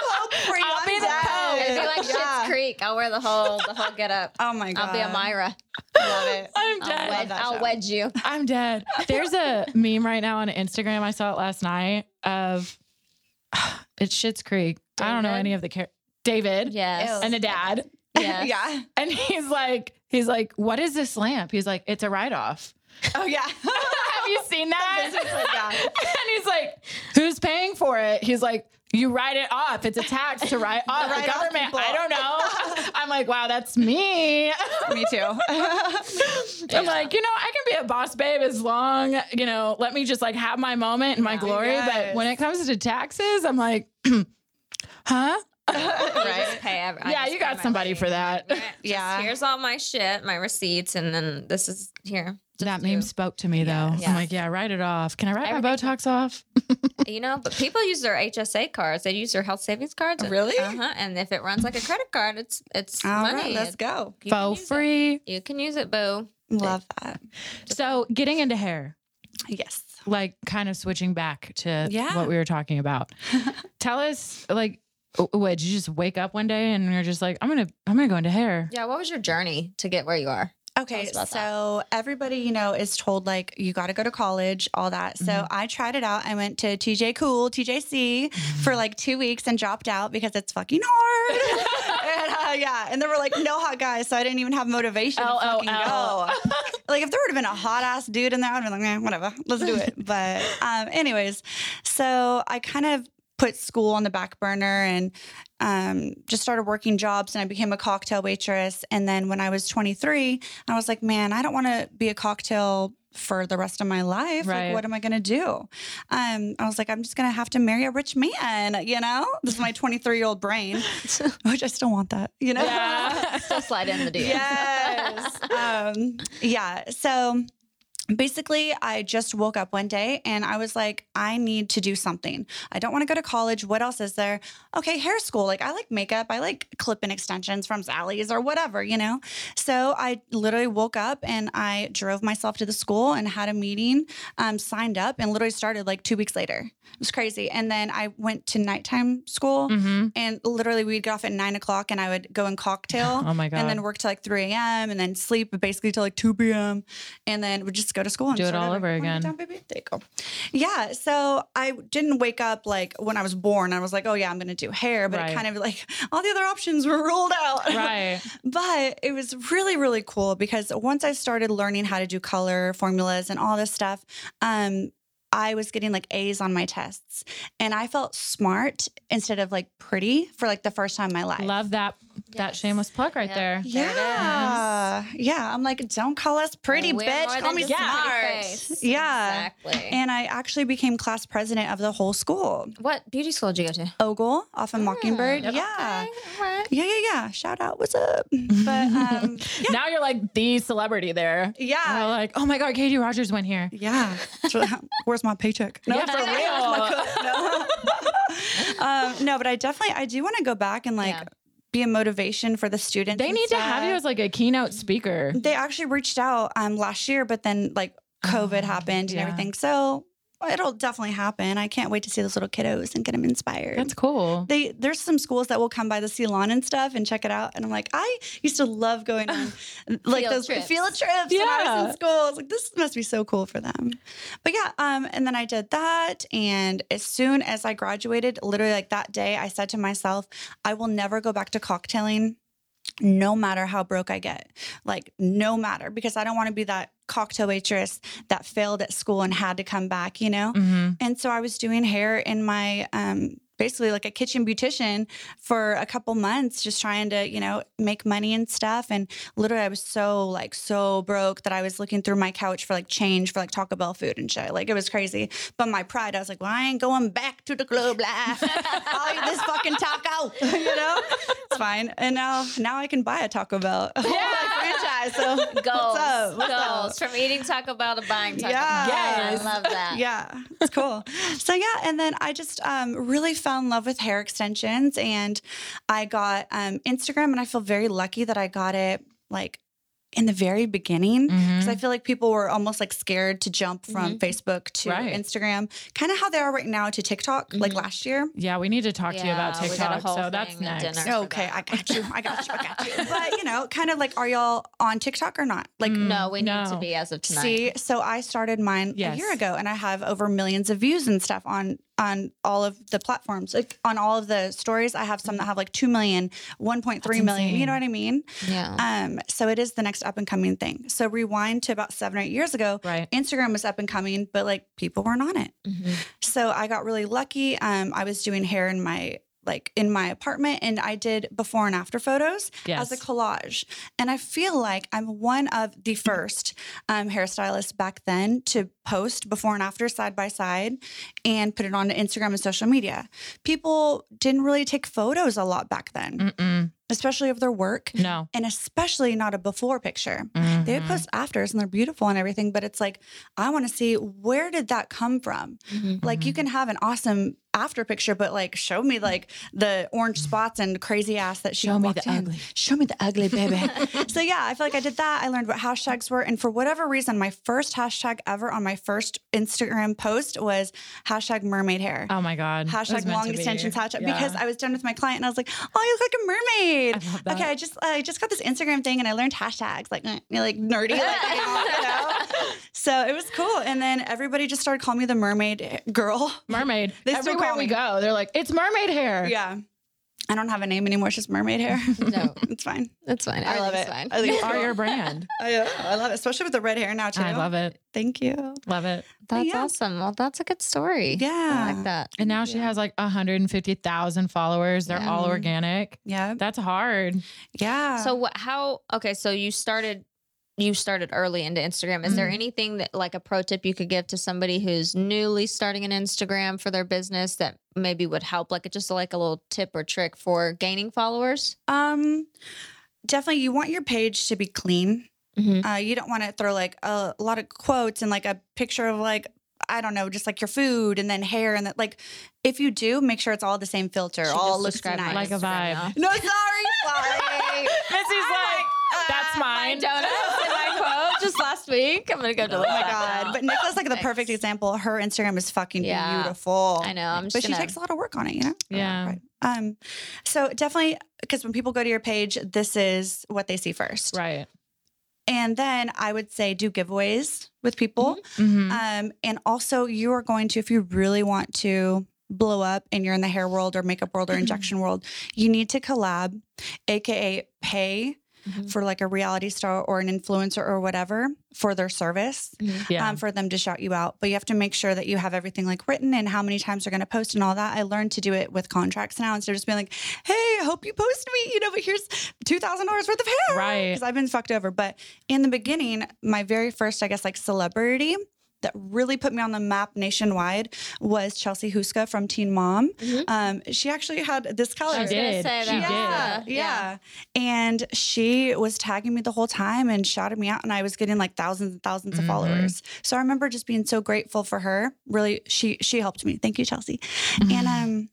Speaker 3: pope for you.
Speaker 2: I'll
Speaker 3: I'm
Speaker 2: be the
Speaker 3: down.
Speaker 2: pope.
Speaker 1: It'd be like
Speaker 3: Oh, Yeah.
Speaker 1: Schitt's Creek. I'll wear the whole the whole get up.
Speaker 3: Oh my god.
Speaker 1: I'll be a Myra.
Speaker 3: Love <laughs> it.
Speaker 2: I'm
Speaker 1: I'll,
Speaker 2: dead.
Speaker 1: wedge,
Speaker 3: that
Speaker 1: I'll
Speaker 3: show.
Speaker 1: wedge you.
Speaker 2: I'm dead. There's a meme right now on Instagram. I saw it last night of <sighs> it's Shits Creek. I don't know
Speaker 1: David?
Speaker 2: any of the characters.
Speaker 1: <laughs>
Speaker 2: David
Speaker 1: Yes.
Speaker 2: and a dad.
Speaker 1: Yeah.
Speaker 3: <laughs> Yeah.
Speaker 2: And he's like, he's like, what is this lamp? He's like, it's a write-off.
Speaker 3: Oh <laughs> yeah.
Speaker 2: Have you seen <laughs>
Speaker 3: Business
Speaker 2: that?
Speaker 3: like that.
Speaker 2: and he's like, who's paying for it? He's like, you write it off. It's a tax to write off the
Speaker 3: write-off
Speaker 2: government.
Speaker 3: people.
Speaker 2: I don't know. I'm like, wow, that's me. <laughs>
Speaker 3: Me <laughs> too.
Speaker 2: I'm like, you know, I can be a boss babe as long, you know, let me just like have my moment and my
Speaker 1: Yeah.
Speaker 2: glory. But
Speaker 3: Yes.
Speaker 2: when it comes to taxes, I'm like, <clears throat> huh?
Speaker 1: I
Speaker 3: right.
Speaker 1: just pay every- I
Speaker 2: yeah,
Speaker 1: just
Speaker 2: you
Speaker 1: pay
Speaker 2: got
Speaker 1: my
Speaker 2: somebody
Speaker 1: lady.
Speaker 2: for that.
Speaker 1: Right. Just
Speaker 3: Yeah.
Speaker 1: Here's all my shit, my receipts, and then this is <laughs> here. Just
Speaker 2: That
Speaker 1: do.
Speaker 2: meme spoke to me though.
Speaker 1: Yes.
Speaker 2: I'm like, yeah, write it off. Can I write my
Speaker 1: Everything-
Speaker 2: Botox off?
Speaker 1: You know, but people use their HSA cards. They use their health savings cards.
Speaker 3: Really?
Speaker 1: Uh huh. And if it runs like a credit card, it's it's
Speaker 3: All
Speaker 1: money.
Speaker 3: right, let's go.
Speaker 1: You can
Speaker 2: Faux
Speaker 1: use it.
Speaker 2: free.
Speaker 1: You can use it, boo.
Speaker 3: Love that.
Speaker 2: So getting into hair,
Speaker 3: Yes.
Speaker 2: like kind of switching back to
Speaker 3: Yeah.
Speaker 2: what we were talking about. Tell us, like, w- what did you just wake up one day and you're just like, I'm gonna, I'm gonna go into hair.
Speaker 1: Yeah. What was your journey to get where you are?
Speaker 3: Okay,
Speaker 1: Tell us about that.
Speaker 3: so everybody, you know, is told like you got to go to college, all that. So
Speaker 1: Mm-hmm.
Speaker 2: Mhm.
Speaker 3: I tried it out. I went to TJ Cool, TJC, for
Speaker 1: Mm-hmm.
Speaker 3: like two weeks and dropped out because it's fucking hard. <laughs> and, uh, yeah, and they were like, no hot guys, so I didn't even have motivation
Speaker 1: Oh,
Speaker 3: to fucking
Speaker 2: LOL.
Speaker 3: go. <laughs> like if there would have been a hot ass dude in there, I'd be like, eh, whatever, let's
Speaker 1: <laughs>
Speaker 3: do it. But um, anyways, so I kind of put school on the back burner and um, just started working jobs and I became a cocktail waitress. And then when I was 23, I was like, man, I don't want to be a cocktail for the rest of my life.
Speaker 2: Right.
Speaker 3: Like, what am I going to do? Um, I was like, I'm just going to have to marry a rich man, you know? This is my 23 year old brain, which I still want that, you know?
Speaker 2: Yeah.
Speaker 1: Still slide in the DM.
Speaker 3: Yes. um, yeah. So basically, I just woke up one day and I was like, I need to do something. I don't want to go to college. What else is there? Okay, hair school. Like, I like makeup. I like clip and extensions from Sally's or whatever, you know? So I literally woke up and I drove myself to the school and had a meeting, um, signed up, and literally started like two weeks later. It was crazy. And then I went to nighttime school.
Speaker 2: Mm-hmm.
Speaker 3: And literally, we'd get off at nine o'clock, and I would go and cocktail
Speaker 2: Oh my god.
Speaker 3: and then work till like 3 a.m. and then sleep basically till like 2 p.m. and then would just go to school and
Speaker 2: Do it
Speaker 3: start
Speaker 2: all over
Speaker 3: Come on
Speaker 2: again.
Speaker 3: down, baby. There you go. Yeah. So I didn't wake up like when I was born. I was like, oh yeah, I'm gonna do hair, but
Speaker 2: Right.
Speaker 3: it kind of like <laughs> all the other options were ruled out.
Speaker 2: right.
Speaker 3: <laughs> But it was really, really cool because once I started learning how to do color formulas and all this stuff, um, I was getting like A's on my tests and I felt smart instead of like pretty for like the first time in my life.
Speaker 2: Love that that
Speaker 1: Yes.
Speaker 2: shameless plug right
Speaker 1: Yep.
Speaker 2: there.
Speaker 1: There it is.
Speaker 3: Yeah. Yeah. I'm like, don't call us pretty,
Speaker 1: We're more
Speaker 3: bitch. Call
Speaker 1: than
Speaker 3: me
Speaker 1: just a
Speaker 3: smart.
Speaker 1: pretty face.
Speaker 3: Yeah.
Speaker 1: Exactly.
Speaker 3: And I actually became class president of the whole school.
Speaker 1: what beauty school did you go to?
Speaker 3: Ogle off of Mockingbird.
Speaker 1: Mm,
Speaker 3: Yeah.
Speaker 1: okay, all right.
Speaker 3: Yeah, yeah, yeah. Shout out.
Speaker 2: <laughs>
Speaker 3: What's up? But um,
Speaker 2: Now you're like the celebrity there. And we're
Speaker 3: yeah.
Speaker 2: like, oh my god, Katie Rogers went here.
Speaker 3: Yeah.
Speaker 2: <laughs>
Speaker 3: <laughs> Where's my paycheck? No,
Speaker 2: Yeah, for
Speaker 3: it's-
Speaker 2: real.
Speaker 3: where's my <laughs> cook? No. um, no, but I definitely I do want to go back and like
Speaker 1: Yeah.
Speaker 3: be a motivation for the students.
Speaker 2: They
Speaker 3: and
Speaker 2: need to have you
Speaker 3: stuff.
Speaker 2: as like a keynote speaker.
Speaker 3: they actually reached out um last year, but then like COVID
Speaker 2: Oh,
Speaker 3: happened
Speaker 2: yeah.
Speaker 3: and everything. So it'll definitely happen. I can't wait to see those little kiddos and get them inspired.
Speaker 2: That's cool.
Speaker 3: they there's some schools that will come by the Ceylon and stuff and check it out. And I'm like, I used to love
Speaker 1: <laughs>
Speaker 3: going on like
Speaker 1: Field
Speaker 3: those
Speaker 1: trips.
Speaker 3: field trips when I was
Speaker 2: Yeah.
Speaker 3: in school. I was like, this must be so cool for them. But yeah, um, and then I did that. And as soon as I graduated, literally like that day, I said to myself, I will never go back to cocktailing. No matter how broke I get, like, no matter, because I don't want to be that cocktail waitress that failed at school and had to come back, you know?
Speaker 2: hmm
Speaker 1: Mm-hmm.
Speaker 3: And so I was doing hair in my um basically like a kitchen beautician for a couple months just trying to, you know, make money and stuff and literally I was so like so broke that I was looking through my couch for like change for like Taco Bell food and shit. Like it was crazy. But my pride, I was like, "Well, I ain't going back to the club
Speaker 1: <laughs>
Speaker 3: life. I'll eat this fucking taco." you know? It's fine. And now now I can buy a Taco Bell <laughs> whole, like, franchise. So
Speaker 1: Goals.
Speaker 3: what's up? What's up?
Speaker 1: Goals. From eating Taco Bell to buying Taco
Speaker 3: Yeah.
Speaker 1: Bell.
Speaker 2: Yes.
Speaker 1: I love that.
Speaker 3: yeah it's <laughs> cool so yeah and then i just um, really fell in love with hair extensions and i got um, instagram and i feel very lucky that i got it like in the very beginning
Speaker 2: Mm-hmm.
Speaker 3: because i feel like people were almost like scared to jump from facebook to
Speaker 2: Right.
Speaker 3: instagram kind of how they are right now to tiktok like last year
Speaker 2: Yeah, we need to talk to you about
Speaker 1: Yeah, we got a
Speaker 2: TikTok.
Speaker 1: whole
Speaker 2: So that's
Speaker 1: thing at
Speaker 2: next.
Speaker 1: dinner.
Speaker 3: Oh, okay i got you i got you i got you <laughs> but you know kind of like are y'all on tiktok or not like
Speaker 1: No, we need to
Speaker 2: No.
Speaker 1: be as of tonight.
Speaker 3: Mm, See, so I started mine
Speaker 2: Yes.
Speaker 3: a year ago, and I have over millions of views and stuff on on all of the platforms. Like on all of the stories, I have some that have like 2 million, 1.3 million. You
Speaker 2: insane.
Speaker 3: know what I mean?
Speaker 1: Yeah.
Speaker 3: Um, so it is the next up and coming thing. So rewind to about seven or eight years ago,
Speaker 2: Right.
Speaker 3: Instagram was up and coming, but like people weren't on it.
Speaker 1: Mhm.
Speaker 3: So I got really lucky. Um, I was doing hair in my like in my apartment, and I did before and after photos
Speaker 2: Yes.
Speaker 3: as a collage. And I feel like I'm one of the first um, hairstylists back then to post before and after side by side and put it on Instagram and social media. People didn't really take photos a lot back then,
Speaker 2: Mm-mm.
Speaker 3: especially of their work.
Speaker 2: No.
Speaker 3: And especially not a before picture. They would
Speaker 2: Mhm.
Speaker 3: post afters and they're beautiful and everything, but it's like, I wanna see where did that come from? <laughs>
Speaker 1: Mhm.
Speaker 3: Like you can have an awesome after picture, but like show me like the orange spots and crazy ass that she
Speaker 2: Show me
Speaker 3: walked
Speaker 2: the
Speaker 3: in.
Speaker 2: ugly.
Speaker 3: Show me the ugly, baby. <laughs> so yeah, I feel like I did that. I learned what hashtags were, and for whatever reason, my first hashtag ever on my first Instagram post was hashtag mermaid hair.
Speaker 2: Oh my god. That was
Speaker 3: Hashtag
Speaker 2: meant
Speaker 3: long
Speaker 2: to be.
Speaker 3: extensions hashtag
Speaker 2: Yeah.
Speaker 3: because I was done with my client and I was like, oh, you look like a mermaid.
Speaker 2: I love
Speaker 3: Okay,
Speaker 2: that.
Speaker 3: I just I just got this Instagram thing and I learned hashtags like eh, you're
Speaker 2: <laughs>
Speaker 3: like nerdy like you know, you know? So it was cool, and then everybody just started calling me the mermaid girl.
Speaker 2: mermaid.
Speaker 3: They still
Speaker 2: Everywhere
Speaker 3: call
Speaker 2: we
Speaker 3: me.
Speaker 2: go, they're like, it's mermaid hair.
Speaker 3: Yeah, I don't have a name anymore. It's just
Speaker 2: <laughs>
Speaker 3: mermaid hair.
Speaker 1: No,
Speaker 3: it's fine.
Speaker 1: that's fine.
Speaker 3: I love
Speaker 1: Everything's
Speaker 3: it.
Speaker 1: Fine.
Speaker 3: I think
Speaker 2: You
Speaker 3: it's
Speaker 2: are
Speaker 3: cool. <laughs>
Speaker 2: your brand.
Speaker 3: I, uh, I love it, especially with the red hair now too.
Speaker 2: I love it.
Speaker 3: Thank you.
Speaker 2: Love it.
Speaker 1: That's
Speaker 3: Yeah.
Speaker 1: awesome. Well, that's a good story. I
Speaker 3: Yeah.
Speaker 1: like that.
Speaker 2: And now she has like 150,000 followers. They're all
Speaker 3: Yeah.
Speaker 2: organic.
Speaker 3: Yeah.
Speaker 2: That's
Speaker 3: <laughs>
Speaker 2: hard.
Speaker 3: Yeah.
Speaker 1: So what? How? Okay, so you started. You started early into Instagram. Is there
Speaker 3: Mhm.
Speaker 1: anything that, like, a pro tip you could give to somebody who's newly starting an Instagram for their business that maybe would help, like, just like a little tip or trick for gaining followers?
Speaker 3: um, definitely you want your page to be clean.
Speaker 1: Mm-hmm.
Speaker 3: Uh, you don't want to throw like a lot of quotes and like a picture of like, I don't know, just like your food and then hair and that. Like, if you do, make sure it's all the same filter. all looks nice.
Speaker 2: Like a
Speaker 1: <laughs>
Speaker 2: vibe.
Speaker 3: no, sorry, <laughs> sorry.
Speaker 2: Missy's
Speaker 3: I'm
Speaker 2: like, that's
Speaker 3: uh,
Speaker 2: mine.
Speaker 1: donuts in my quote just last week. I'm gonna go to
Speaker 3: Oh my god! But Nicola's like the perfect example. Her Instagram is fucking
Speaker 1: Yeah.
Speaker 3: beautiful.
Speaker 1: I know. I'm just
Speaker 3: but she
Speaker 1: gonna-
Speaker 3: takes a lot of work on it, you know?
Speaker 2: Yeah.
Speaker 3: Right. Um, so definitely, because when people go to your page, this is what they see first.
Speaker 2: Right.
Speaker 3: And then I would say do giveaways with
Speaker 1: Mm-hmm.
Speaker 3: people.
Speaker 2: Mhm.
Speaker 3: Um, and also, you are going to, if you really want to blow up and you're in the hair world or makeup world or injection world, you need to collab, AKA pay
Speaker 1: Mhm.
Speaker 3: for like a reality star or an influencer or whatever for their service
Speaker 2: Yeah.
Speaker 3: um, for them to shout you out. But you have to make sure that you have everything like written and how many times they're going to post and all that. I learned to do it with contracts now instead of just being like, "Hey, I hope you post me," you know. But here's two thousand dollars worth of hair,
Speaker 2: Right.
Speaker 3: Because I've been fucked over. But in the beginning, my very first, I guess, like celebrity. That really put me on the map nationwide was Chelsea Huska from Teen Mom.
Speaker 2: Mm-hmm.
Speaker 1: Mhm.
Speaker 3: Um, she actually had this color.
Speaker 1: I was
Speaker 2: She
Speaker 1: gonna
Speaker 2: did.
Speaker 1: say
Speaker 2: She
Speaker 1: that.
Speaker 2: did.
Speaker 3: Yeah, yeah. And she was tagging me the whole time and shouted me out, and I was getting like thousands and 1000s
Speaker 1: Mm-hmm.
Speaker 3: of
Speaker 2: Mhm.
Speaker 3: followers. So I remember just being so grateful for her. Really, she she helped me. Thank you, Chelsea. And
Speaker 1: Mm-hmm.
Speaker 3: um,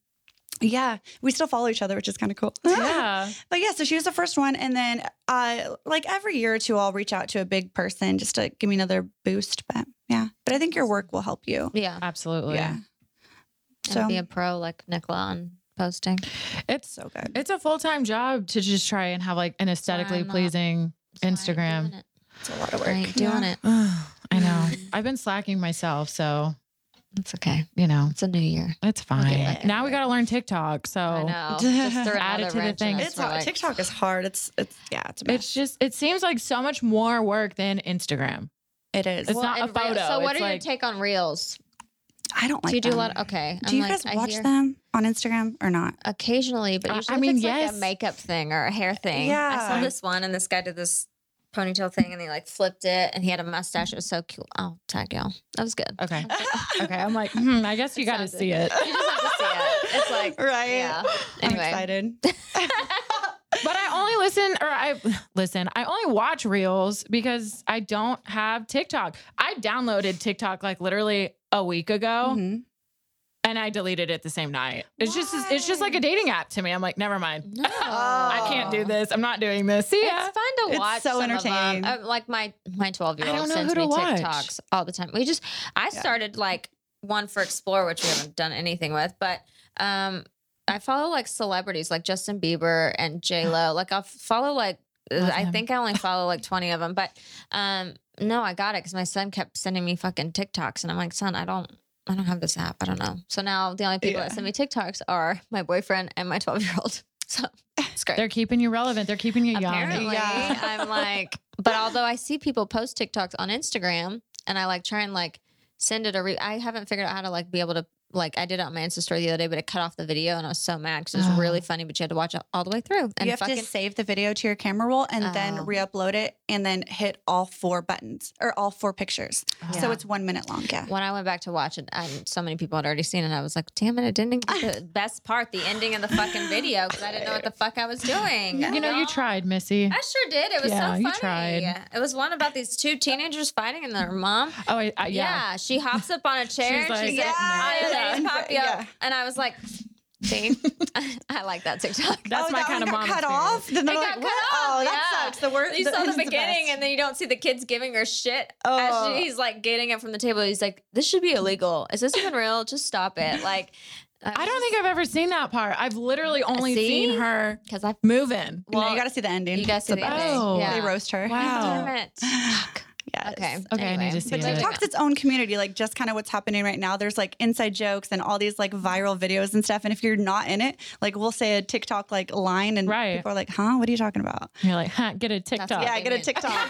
Speaker 3: yeah, we still follow each other, which is kind of cool.
Speaker 2: <laughs> yeah.
Speaker 3: <laughs> But yeah, so she was the first one, and then uh, like every year or two, I'll reach out to a big person just to give me another boost. But yeah, but I think your work will help you.
Speaker 1: Yeah.
Speaker 2: Absolutely.
Speaker 3: Yeah.
Speaker 1: And
Speaker 3: So
Speaker 1: be a pro like Nicola on posting.
Speaker 2: It's
Speaker 3: so good.
Speaker 2: it's a full time job to just try and have like an aesthetically
Speaker 1: I'm not-
Speaker 2: pleasing. <sighs>
Speaker 1: So I ain't
Speaker 2: Instagram.
Speaker 1: doing it.
Speaker 3: It's a lot of
Speaker 1: I
Speaker 3: work.
Speaker 1: ain't doing
Speaker 3: Yeah.
Speaker 1: it.
Speaker 2: I know.
Speaker 1: Mm.
Speaker 2: I've been slacking myself, so
Speaker 1: It's okay.
Speaker 2: you know
Speaker 1: It's a new year.
Speaker 2: it's
Speaker 1: get
Speaker 2: fine.
Speaker 1: it.
Speaker 2: Now we got to learn TikTok. So
Speaker 1: I
Speaker 2: <laughs>
Speaker 1: know. Just threw
Speaker 2: Add it
Speaker 1: another
Speaker 2: to the
Speaker 1: wrench in
Speaker 2: thing.
Speaker 1: us.
Speaker 3: It's
Speaker 1: We're
Speaker 3: hard.
Speaker 1: like,
Speaker 3: TikTok is hard. It's it's yeah, it's a mess.
Speaker 2: It's just it seems like so much more work than Instagram.
Speaker 3: It is.
Speaker 2: It's not a
Speaker 1: and Reels-
Speaker 2: photo,
Speaker 1: So, what
Speaker 2: it's
Speaker 1: are
Speaker 2: like-
Speaker 1: your take on reels?
Speaker 3: I don't like.
Speaker 1: do you do a
Speaker 3: them.
Speaker 1: lot? Of, okay.
Speaker 3: Do
Speaker 1: I'm
Speaker 3: you
Speaker 1: like,
Speaker 3: guys
Speaker 1: I
Speaker 3: watch
Speaker 1: hear-
Speaker 3: them on Instagram or not?
Speaker 1: Occasionally, but
Speaker 2: I-
Speaker 1: usually
Speaker 2: I
Speaker 1: if
Speaker 2: mean,
Speaker 1: it's
Speaker 2: yes.
Speaker 1: like a makeup thing or a hair thing. Um, I saw
Speaker 3: Yeah.
Speaker 1: this one, and this guy did this ponytail thing, and he like flipped it, and he had a mustache. It was so cute. Oh, tag y'all. That was good. <laughs>
Speaker 2: Okay.
Speaker 3: you
Speaker 2: Okay. I'm like, hmm, I guess you got to
Speaker 1: sounds
Speaker 2: see it.
Speaker 1: You just have to see it. It's <laughs> like,
Speaker 3: right.
Speaker 1: yeah.
Speaker 3: I'm
Speaker 1: Anyway, <laughs>
Speaker 3: excited.
Speaker 2: But I only listen or I listen, I only watch reels because I don't have TikTok. I downloaded TikTok like literally a week ago
Speaker 1: Mm-hmm.
Speaker 3: Mhm.
Speaker 2: and I deleted it the same night. It's just it's just like a dating app to me. I'm like, never mind.
Speaker 1: no.
Speaker 2: I can't do this. I'm not doing this. See ya.
Speaker 1: It's fun to
Speaker 3: It's
Speaker 1: watch.
Speaker 3: so
Speaker 1: some of them.
Speaker 3: entertaining.
Speaker 1: Uh, like my my twelve year
Speaker 2: I
Speaker 1: old
Speaker 2: don't know
Speaker 1: sends
Speaker 2: who to
Speaker 1: me
Speaker 2: watch.
Speaker 1: TikToks all the time. We just I
Speaker 3: Yeah.
Speaker 1: started like one for Explore, which we haven't done anything with, but um I follow like celebrities like Justin Bieber and J
Speaker 2: <gasps>
Speaker 1: Lo. Like I follow like
Speaker 2: Love
Speaker 1: I
Speaker 2: him.
Speaker 1: think I only follow like twenty of them, but um no, I got it because my son kept sending me fucking TikToks, and I'm like, son, I don't. I don't have this app. I don't know. So now the only people that
Speaker 3: Yeah.
Speaker 1: send me TikToks are my boyfriend and my 12 year old. <laughs> So it's great
Speaker 2: They're keeping you relevant. They're keeping you young.
Speaker 1: apparently
Speaker 3: Yeah.
Speaker 1: i'm like but although i see people post tiktoks on instagram and i like try and like send it a re- i haven't figured out how to like be able to like i did it on my insta story the other day but it cut off the video and i was so mad because it was
Speaker 2: Oh.
Speaker 1: really funny but you had to watch it all the way through and
Speaker 3: you have
Speaker 1: fucking
Speaker 3: to save the video to your camera roll and
Speaker 1: Oh.
Speaker 3: then re-upload it and then hit all four buttons or all four pictures. So
Speaker 1: Oh, Yeah.
Speaker 3: it's one minute long. Yeah.
Speaker 1: when i went back to watch it and so many people had already seen it i was like damn it i didn't get the <laughs> best part the ending of the fucking video because i didn't know what the fuck i was doing
Speaker 2: You know, you
Speaker 1: Y'all-
Speaker 2: tried, Missy.
Speaker 1: I sure did. It was
Speaker 2: Yeah,
Speaker 1: so
Speaker 2: you
Speaker 1: funny.
Speaker 2: tried.
Speaker 1: It was one about these two teenagers fighting and their mom.
Speaker 2: Oh, I, I, yeah.
Speaker 1: Yeah. she hops up on a chair
Speaker 2: She's
Speaker 1: and she's like,
Speaker 2: like,
Speaker 3: "Yeah,
Speaker 1: "I am
Speaker 3: yeah,
Speaker 1: Poppy up."
Speaker 3: yeah.
Speaker 1: And I was my See, <laughs> I like that TikTok.
Speaker 2: That's
Speaker 3: oh,
Speaker 2: my
Speaker 3: that
Speaker 2: kind
Speaker 3: one
Speaker 2: of mom.
Speaker 3: got cut
Speaker 2: experience.
Speaker 3: off. Then they're
Speaker 1: It
Speaker 3: like,
Speaker 1: got cut
Speaker 3: what?
Speaker 1: off,
Speaker 3: oh, that
Speaker 1: yeah.
Speaker 3: sucks. The worst.
Speaker 1: you saw the
Speaker 3: it's
Speaker 1: beginning,
Speaker 3: best.
Speaker 1: and then you don't see the kids giving her shit
Speaker 3: Oh.
Speaker 1: as she's like getting it from the table. He's like, "This should be illegal. Is this even real? Just stop it!" Like,
Speaker 2: I
Speaker 1: <laughs>
Speaker 2: don't think I've ever seen that part. I've literally only
Speaker 1: See?
Speaker 2: seen her
Speaker 1: because I
Speaker 2: moving.
Speaker 3: No,
Speaker 1: well,
Speaker 3: you got to see the ending.
Speaker 1: you gotta
Speaker 3: It's
Speaker 1: see the
Speaker 3: best.
Speaker 1: ending.
Speaker 2: Oh.
Speaker 1: Yeah.
Speaker 3: They roast her.
Speaker 2: Wow.
Speaker 1: Damn it.
Speaker 3: Yes.
Speaker 1: Okay.
Speaker 2: Okay, I
Speaker 1: anyway.
Speaker 2: need to see
Speaker 1: But
Speaker 2: it.
Speaker 1: moving
Speaker 3: TikTok's
Speaker 1: on.
Speaker 3: its own community, like just kind of what's happening right now. There's like inside jokes and all these like viral videos and stuff. And if you're not in it, like we'll say a TikTok like line and
Speaker 2: Right.
Speaker 3: people are like, huh, what are you talking about?
Speaker 2: And you're like, huh, get a TikTok.
Speaker 1: what
Speaker 3: yeah, I
Speaker 1: they
Speaker 3: get a
Speaker 1: mean. <laughs>
Speaker 3: TikTok.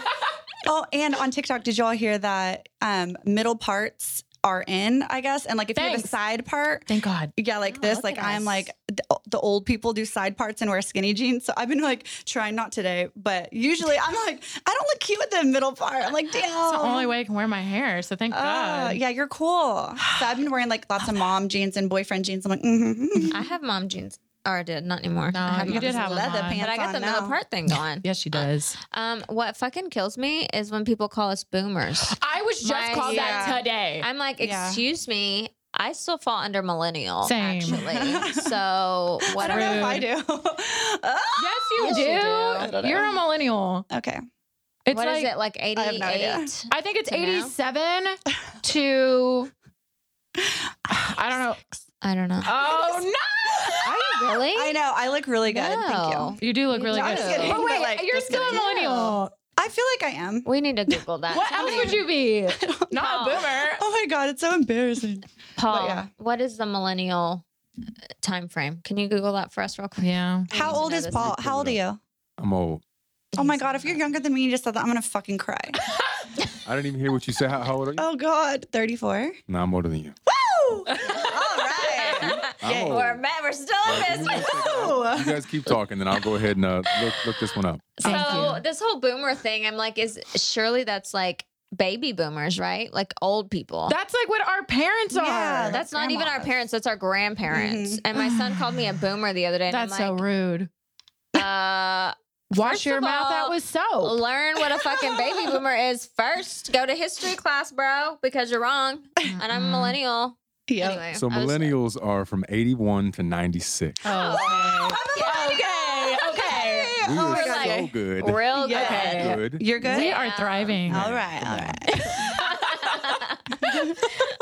Speaker 3: oh, and on TikTok, did y'all hear that um, middle parts are in, I guess? And like if you have a
Speaker 2: Thanks.
Speaker 3: side part,
Speaker 2: Thank God.
Speaker 3: yeah, like
Speaker 1: Oh,
Speaker 3: this.
Speaker 1: look
Speaker 3: Like
Speaker 1: at
Speaker 3: I'm
Speaker 1: us.
Speaker 3: like the, the old people do side parts and wear skinny jeans. So I've been like trying not today, but usually I'm like I don't look cute with the middle part. I'm like, damn.
Speaker 2: It's the
Speaker 1: Oh.
Speaker 2: only way I can wear my hair. So thank
Speaker 3: Oh,
Speaker 2: God.
Speaker 3: yeah, you're cool. So I've been wearing like lots of mom jeans and boyfriend jeans. I'm like, mm-hmm.
Speaker 1: I have mom jeans, or I did not anymore.
Speaker 2: No,
Speaker 1: I
Speaker 3: Oh,
Speaker 1: have
Speaker 2: you
Speaker 1: mom
Speaker 2: did
Speaker 1: jeans.
Speaker 2: have them
Speaker 3: leather
Speaker 2: on.
Speaker 3: pants.
Speaker 1: but I got
Speaker 3: on
Speaker 1: the middle
Speaker 3: now.
Speaker 1: part thing going.
Speaker 2: Yes, she does.
Speaker 1: Um, what fucking kills me is when people call us
Speaker 2: <gasps>
Speaker 1: boomers.
Speaker 2: I was just
Speaker 1: My-
Speaker 2: called
Speaker 3: yeah.
Speaker 2: that today.
Speaker 1: I'm like,
Speaker 3: Yeah.
Speaker 1: excuse me, I still fall under millennial.
Speaker 2: Same. <laughs>
Speaker 1: Actually, so
Speaker 3: I
Speaker 1: what?
Speaker 3: don't know
Speaker 1: are-
Speaker 3: if I do. <laughs> Ah!
Speaker 2: yes, you
Speaker 1: Yes,
Speaker 2: do.
Speaker 1: you do. I
Speaker 3: don't know.
Speaker 2: You're a millennial.
Speaker 3: okay.
Speaker 2: It's
Speaker 1: what is
Speaker 2: like,
Speaker 1: it like?
Speaker 3: I have no idea.
Speaker 1: 88.
Speaker 2: I think it's
Speaker 1: to now? <laughs>
Speaker 2: 87 to. I
Speaker 1: <laughs>
Speaker 2: don't know.
Speaker 1: I don't know.
Speaker 2: Oh no!
Speaker 1: Are you really?
Speaker 3: I know. I look really good.
Speaker 1: No.
Speaker 3: Thank you.
Speaker 2: You do look
Speaker 1: You
Speaker 2: really
Speaker 1: do.
Speaker 2: good.
Speaker 1: Just kidding,
Speaker 2: But
Speaker 3: but,
Speaker 2: wait,
Speaker 3: like,
Speaker 2: you're
Speaker 3: just
Speaker 2: still a
Speaker 1: kidding.
Speaker 2: millennial.
Speaker 3: I feel like I am.
Speaker 1: We need to Google
Speaker 3: <laughs>
Speaker 1: that.
Speaker 2: What else would you be? Not a
Speaker 1: know.
Speaker 2: boomer.
Speaker 3: Oh my god, it's so embarrassing.
Speaker 1: Paul?
Speaker 3: But yeah.
Speaker 1: What is the millennial uh, time frame? Can you Google that for us real quick?
Speaker 2: Yeah.
Speaker 1: I need
Speaker 3: <laughs> How
Speaker 1: to
Speaker 3: old
Speaker 1: know
Speaker 3: is
Speaker 1: this.
Speaker 3: Paul? How old are you?
Speaker 4: I'm old.
Speaker 3: Oh my God,
Speaker 1: <laughs>
Speaker 3: if you're younger than me, you just said that, I'm going to fucking cry.
Speaker 4: I didn't even hear what you said. How, how old are you?
Speaker 3: <laughs> oh God, 34.
Speaker 4: No, I'm older than you.
Speaker 3: Woo! <laughs> All <laughs> right.
Speaker 4: I'm old.
Speaker 1: <laughs> We're, mad- we're still in
Speaker 4: Give me a
Speaker 1: business.
Speaker 4: second. You guys keep talking, then I'll go ahead and uh, look look this one up.
Speaker 2: Thank
Speaker 1: So
Speaker 2: you.
Speaker 1: this whole boomer thing, I'm like, is surely that's like baby boomers, right? Like old people.
Speaker 2: That's like what our parents are.
Speaker 3: Yeah,
Speaker 1: that's not even our
Speaker 3: grandmas.
Speaker 1: parents. That's our grandparents. And my son called
Speaker 2: <sighs>
Speaker 1: me a boomer the other day. And
Speaker 2: Mm-hmm. That's
Speaker 1: I'm
Speaker 2: so
Speaker 1: like,
Speaker 2: rude.
Speaker 1: Uh,
Speaker 2: Wash
Speaker 1: first
Speaker 2: your
Speaker 1: of
Speaker 2: mouth out
Speaker 1: all,
Speaker 2: with
Speaker 1: <laughs>
Speaker 4: Oh.
Speaker 2: soap.
Speaker 1: learn what a fucking
Speaker 2: <laughs>
Speaker 1: baby boomer is first. Go to history class, bro, because you're wrong. And I'm a
Speaker 2: Mm-mm.
Speaker 1: millennial.
Speaker 3: Yeah.
Speaker 1: Anyway,
Speaker 4: So
Speaker 1: I was-
Speaker 4: millennials are from 81 to 96.
Speaker 2: Oh,
Speaker 3: <laughs>
Speaker 1: Yeah.
Speaker 3: Okay. Okay.
Speaker 4: We
Speaker 3: Oh
Speaker 4: are
Speaker 3: my
Speaker 1: God.
Speaker 4: so
Speaker 3: God.
Speaker 4: good.
Speaker 1: <laughs> Real
Speaker 3: Yeah.
Speaker 1: good.
Speaker 2: <laughs> Okay.
Speaker 4: Good.
Speaker 3: You're good?
Speaker 2: We are
Speaker 1: Yeah.
Speaker 2: thriving.
Speaker 3: All right. All right.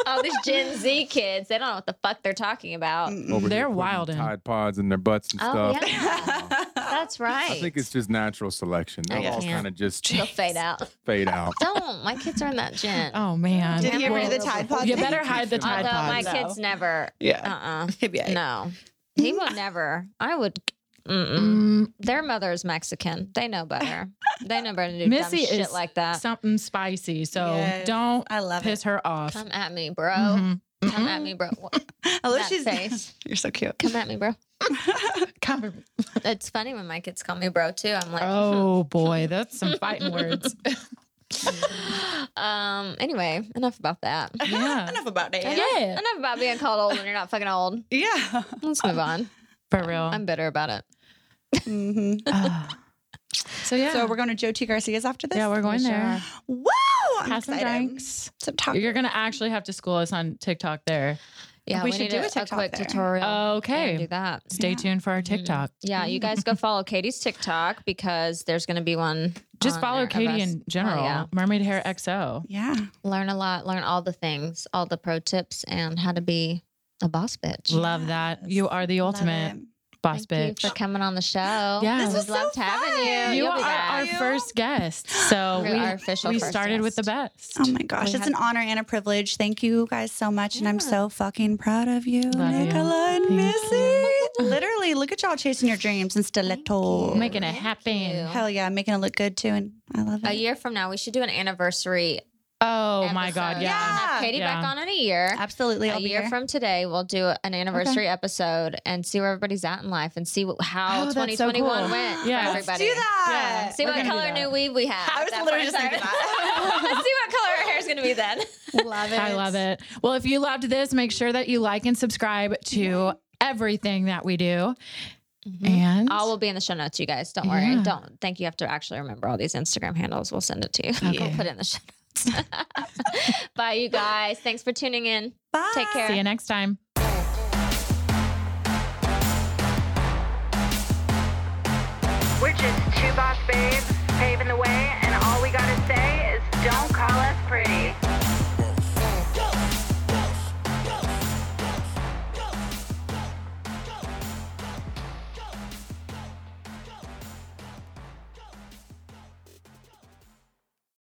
Speaker 1: All these Gen Z kids, they don't know what the fuck they're talking
Speaker 3: Oh.
Speaker 1: about.
Speaker 2: <laughs>
Speaker 4: Over here
Speaker 2: They're
Speaker 4: putting
Speaker 2: wildin'.
Speaker 4: Tide pods in their butts and
Speaker 1: Oh,
Speaker 4: stuff.
Speaker 1: yeah. That's right.
Speaker 4: I think it's just natural selection. They'll
Speaker 1: I
Speaker 4: all
Speaker 1: can't.
Speaker 4: kind of just
Speaker 1: They'll fade out.
Speaker 4: fade out.
Speaker 1: Don't. My kids are in that gen.
Speaker 2: Oh man.
Speaker 3: Did you get rid of the
Speaker 1: Well,
Speaker 3: Tide Pod?
Speaker 2: You
Speaker 3: thing? Oh.
Speaker 2: better hide the
Speaker 1: <laughs>
Speaker 2: Tide
Speaker 1: Although my
Speaker 2: Pods.
Speaker 3: though.
Speaker 1: kids never. Uh
Speaker 3: Yeah.
Speaker 1: uh
Speaker 3: He'd be like,
Speaker 1: No. He will never. I would. Mm-mm.
Speaker 2: Mm,
Speaker 1: Their mother is Mexican. They know better. They know better to do
Speaker 2: Missy
Speaker 1: dumb shit
Speaker 2: is
Speaker 1: like that.
Speaker 2: something spicy, so
Speaker 3: Yes.
Speaker 2: don't
Speaker 3: I love
Speaker 2: piss
Speaker 3: it.
Speaker 2: her off.
Speaker 1: Come at me, bro.
Speaker 2: Mhm.
Speaker 3: Mm-hmm.
Speaker 1: Come at me, bro. What-
Speaker 3: Unless
Speaker 1: that
Speaker 3: she's
Speaker 1: face.
Speaker 3: Oh, <laughs> You're so cute.
Speaker 1: Come at me, bro.
Speaker 2: Cover-
Speaker 1: It's funny when my kids call me bro too. I'm like,
Speaker 2: <laughs> Oh boy, that's some fighting words.
Speaker 1: um. Anyway, enough about that.
Speaker 2: <laughs> Yeah.
Speaker 3: <laughs> Enough about it.
Speaker 2: Yeah.
Speaker 1: Enough about being called old when you're not fucking old.
Speaker 2: <laughs>
Speaker 3: Yeah.
Speaker 1: Let's move on.
Speaker 2: For real.
Speaker 1: I'm <laughs> bitter about it.
Speaker 3: Mhm.
Speaker 2: Ah. <sighs> so yeah.
Speaker 3: <laughs> So we're going to Joe T. Garcia's after this?
Speaker 2: yeah, we're going
Speaker 1: We
Speaker 2: there.
Speaker 1: sure
Speaker 3: Woo! I'm
Speaker 2: Have some
Speaker 3: excited.
Speaker 2: drinks.
Speaker 3: Some taco.
Speaker 2: You're gonna actually have to school us on TikTok there.
Speaker 1: Yeah,
Speaker 3: We should
Speaker 1: need
Speaker 3: do
Speaker 1: a,
Speaker 3: a
Speaker 1: a
Speaker 3: TikTok
Speaker 1: quick
Speaker 3: there. Oh,
Speaker 1: tutorial.
Speaker 2: Okay.
Speaker 1: Yeah, do that.
Speaker 2: Stay
Speaker 3: Yeah.
Speaker 2: tuned for our TikTok.
Speaker 1: Yeah, you guys go follow Katie's TikTok because there's going to be one.
Speaker 2: Just
Speaker 1: on
Speaker 2: follow
Speaker 1: there of us.
Speaker 2: Katie in general.
Speaker 1: Oh, yeah.
Speaker 2: Mermaid Hair XO.
Speaker 3: Yeah.
Speaker 1: Learn a lot. Learn all the things, all the pro tips, and how to be a boss bitch.
Speaker 2: Love that. You are the
Speaker 3: Love
Speaker 2: ultimate
Speaker 3: it.
Speaker 2: boss
Speaker 1: Thank
Speaker 2: bitch.
Speaker 1: you for coming on the show.
Speaker 2: Yeah. This
Speaker 1: We'd
Speaker 3: was so
Speaker 1: love to having
Speaker 3: fun.
Speaker 1: you.
Speaker 2: you
Speaker 1: You'll
Speaker 2: are
Speaker 1: be
Speaker 2: our
Speaker 1: back.
Speaker 3: back.
Speaker 1: <laughs>
Speaker 2: first guest. So
Speaker 1: You're
Speaker 2: we,
Speaker 1: our official
Speaker 2: we
Speaker 1: first
Speaker 2: started with the
Speaker 1: guest.
Speaker 2: best.
Speaker 3: Oh my gosh,
Speaker 1: We
Speaker 3: it's
Speaker 1: had-
Speaker 3: an honor and a privilege. Thank you guys so much. And I'm
Speaker 1: Yeah.
Speaker 3: so fucking proud of you,
Speaker 2: Love you.
Speaker 3: Nicola and
Speaker 2: Thank
Speaker 3: Missy. Literally, look at y'all chasing your dreams in stiletto.
Speaker 1: you.
Speaker 2: Making it
Speaker 1: Thank you.
Speaker 2: happen.
Speaker 3: Hell yeah, making it look good too. And I love it.
Speaker 1: A year from now, we should do an anniversary.
Speaker 2: Oh my God.
Speaker 1: episode.
Speaker 2: Yeah.
Speaker 1: We'll have Katie
Speaker 2: Yeah.
Speaker 1: back on in a year.
Speaker 3: Absolutely. I'll
Speaker 1: a
Speaker 3: be
Speaker 1: year
Speaker 3: here.
Speaker 1: from today, we'll do an anniversary episode and see where everybody's at in life and see what, how
Speaker 2: Oh, that's so
Speaker 1: 2021
Speaker 2: cool.
Speaker 1: went for
Speaker 2: Yeah.
Speaker 1: everybody.
Speaker 3: Let's do that.
Speaker 2: Yeah.
Speaker 1: See
Speaker 2: We're
Speaker 1: what
Speaker 2: gonna do
Speaker 1: color
Speaker 2: that.
Speaker 1: new weave we have.
Speaker 3: I was
Speaker 1: That
Speaker 3: literally
Speaker 1: part
Speaker 3: just thinking
Speaker 1: time.
Speaker 3: that.
Speaker 1: <laughs> Let's see what color our hair is going to be
Speaker 3: <laughs>
Speaker 1: then.
Speaker 3: Love it.
Speaker 2: I love it. Well, if you loved this, make sure that you like and subscribe
Speaker 1: Mm-hmm.
Speaker 2: to everything that we do. And
Speaker 1: All will be in the show notes, you guys. Don't worry.
Speaker 2: Yeah.
Speaker 1: Don't think you have to actually remember all these Instagram handles. We'll send it to you. We'll put it in the show notes. <laughs> Bye, you guys. Thanks for tuning in.
Speaker 3: Bye.
Speaker 1: Take care.
Speaker 2: see you next time.